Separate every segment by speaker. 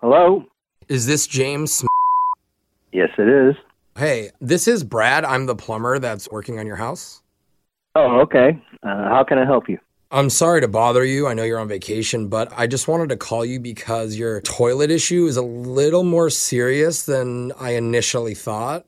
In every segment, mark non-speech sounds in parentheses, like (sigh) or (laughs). Speaker 1: Hello?
Speaker 2: Is this James? Sm-
Speaker 1: Yes, it is.
Speaker 2: Hey, this is Brad. I'm the plumber that's working on your house.
Speaker 1: Oh, okay. Uh, how can I help you?
Speaker 2: I'm sorry to bother you. I know you're on vacation, but I just wanted to call you because your toilet issue is a little more serious than I initially thought.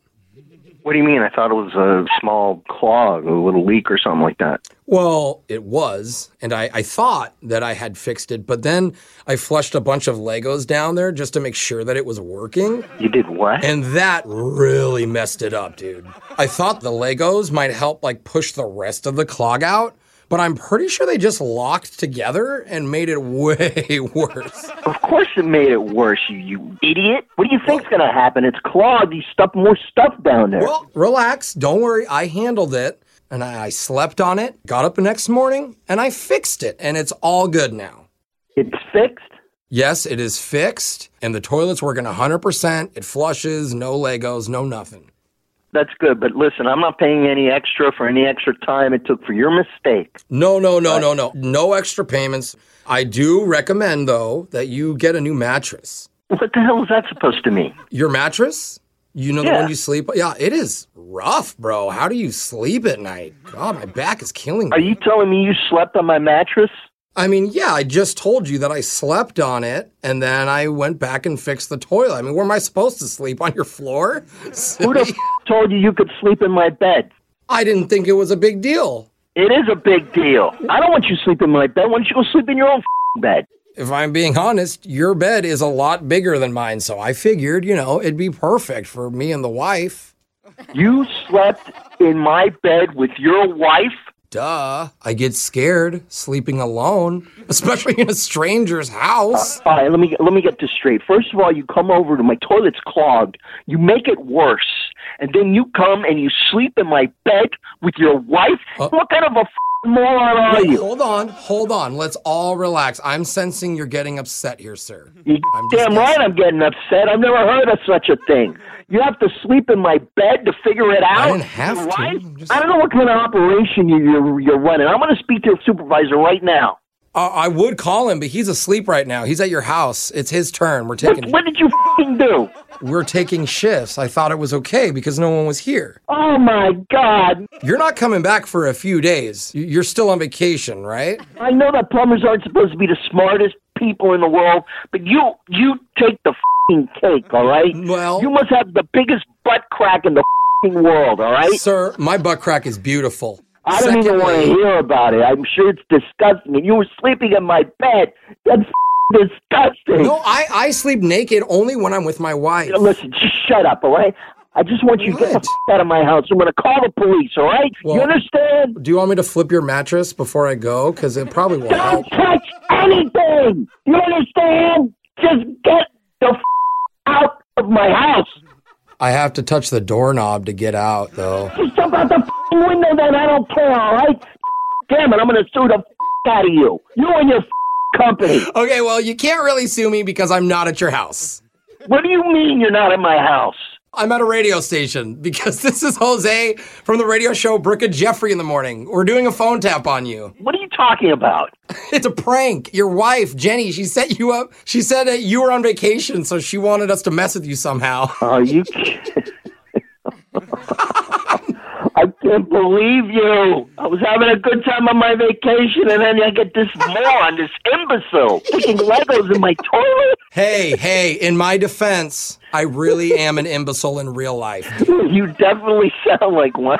Speaker 1: What do you mean? I thought it was a small clog, a little leak or something like that.
Speaker 2: Well, it was, and I, I thought that I had fixed it, but then I flushed a bunch of Legos down there just to make sure that it was working.
Speaker 1: You did what?
Speaker 2: And that really messed it up, dude. I thought the Legos might help like push the rest of the clog out, but I'm pretty sure they just locked together and made it (laughs) way worse.
Speaker 1: of course it made it worse, you, you idiot. What do you think's going to happen? It's clogged. You stuffed more stuff down there.
Speaker 2: Well, relax, don't worry, I handled it and I, I slept on it, got up the next morning, and I fixed it, and it's all good now.
Speaker 1: it's fixed.
Speaker 2: Yes, it is fixed, and the toilet's working 100%. It flushes, no Legos, no nothing.
Speaker 1: That's good, but listen, I'm not paying any extra for any extra time it took for your mistake.
Speaker 2: No, no, no, no, no. No extra payments. I do recommend, though, that you get a new mattress.
Speaker 1: What the hell is that supposed to mean?
Speaker 2: Your mattress? You know the
Speaker 1: Yeah.
Speaker 2: one you sleep Yeah, it is rough, bro. How do you sleep at night? God, my back is killing
Speaker 1: Are
Speaker 2: me.
Speaker 1: you telling me you slept on my mattress?
Speaker 2: I mean, yeah, I just told you that I slept on it and then I went back and fixed the toilet. I mean, where am I supposed to sleep? On your floor? (laughs)
Speaker 1: Who (laughs) the
Speaker 2: Silly.
Speaker 1: f- told you you could sleep in my bed?
Speaker 2: I didn't think it was a big deal.
Speaker 1: It is a big deal. I don't want you to sleep in my bed. Why don't you go sleep in your own f***ing bed?
Speaker 2: If I'm being honest, your bed is a lot bigger than mine, so I figured, you know, it'd be perfect for me and the wife.
Speaker 1: You slept in my bed with your wife?
Speaker 2: Duh. I get scared sleeping alone, especially in a stranger's house.
Speaker 1: All right, let me let me get this straight. First of all, you come over to my toilet's clogged. You make it worse, and then you come and you sleep in my bed with your wife.
Speaker 2: Uh,
Speaker 1: what kind of a f***ing moron are
Speaker 2: Wait,
Speaker 1: you?
Speaker 2: hold on, hold on. Let's all relax. I'm sensing you're getting upset here, sir.
Speaker 1: You
Speaker 2: I'm just
Speaker 1: damn right I'm getting upset. I've never heard of such a thing. You have to sleep in my bed to figure it out.
Speaker 2: didn't have
Speaker 1: Your
Speaker 2: to.
Speaker 1: wife?
Speaker 2: I'm just-
Speaker 1: I don't know what kind of operation you, you're, you're running. I'm going to speak to your supervisor right now.
Speaker 2: I, I would call him, but he's asleep right now. He's at your house. It's his turn. We're
Speaker 1: What,
Speaker 2: taking
Speaker 1: what did you fing do?
Speaker 2: we're taking shifts. I thought it was okay because no one was here.
Speaker 1: Oh my God!
Speaker 2: You're not coming back for a few days. You- You're still on vacation, right?
Speaker 1: I know that plumbers aren't supposed to be the smartest people in the world, but you you take the fing cake, all right?
Speaker 2: Well-
Speaker 1: you must have the biggest butt crack in the fing world, all right?
Speaker 2: Sir, my butt crack is beautiful.
Speaker 1: I don't even want to
Speaker 2: Secondly-
Speaker 1: hear about it. I'm sure it's disgusting. And you were sleeping in my bed. That's f***ing disgusting.
Speaker 2: (laughs) No, I, I sleep naked only when I'm with my wife.
Speaker 1: Now, Listen, just shut up, all right? I just want you to get the
Speaker 2: What?
Speaker 1: f- out of my house. I'm going to call the police, all right? you
Speaker 2: Well-
Speaker 1: understand?
Speaker 2: Do you want me to flip your mattress before I go? Because it probably won't help.
Speaker 1: Don't touch anything. You understand? Just get the f- out of my house.
Speaker 2: I have to touch the doorknob to get out, though.
Speaker 1: Just jump out the f- window, then I don't care, all right? Damn it, I'm going to sue the f- out of you. You and your f- company.
Speaker 2: Okay, well, you can't really sue me because I'm not at your house.
Speaker 1: What do you mean you're not in my house?
Speaker 2: I'm at a radio station (laughs) because this is Jose from the radio show Brooke and Jeffrey in the morning. We're doing a phone tap on you.
Speaker 1: What are you talking about?
Speaker 2: It's a prank. Your wife, Jenny, she set you up. She said that you were on vacation, so she wanted us to mess with you somehow. (laughs)
Speaker 1: Are you (laughs) kidding? I can't believe you. I was having a good time on my vacation, and then I get this moron, this imbecile, sticking Legos in my toilet.
Speaker 2: Hey, hey, in my defense, I really am an imbecile in real life.
Speaker 1: You definitely sound like one.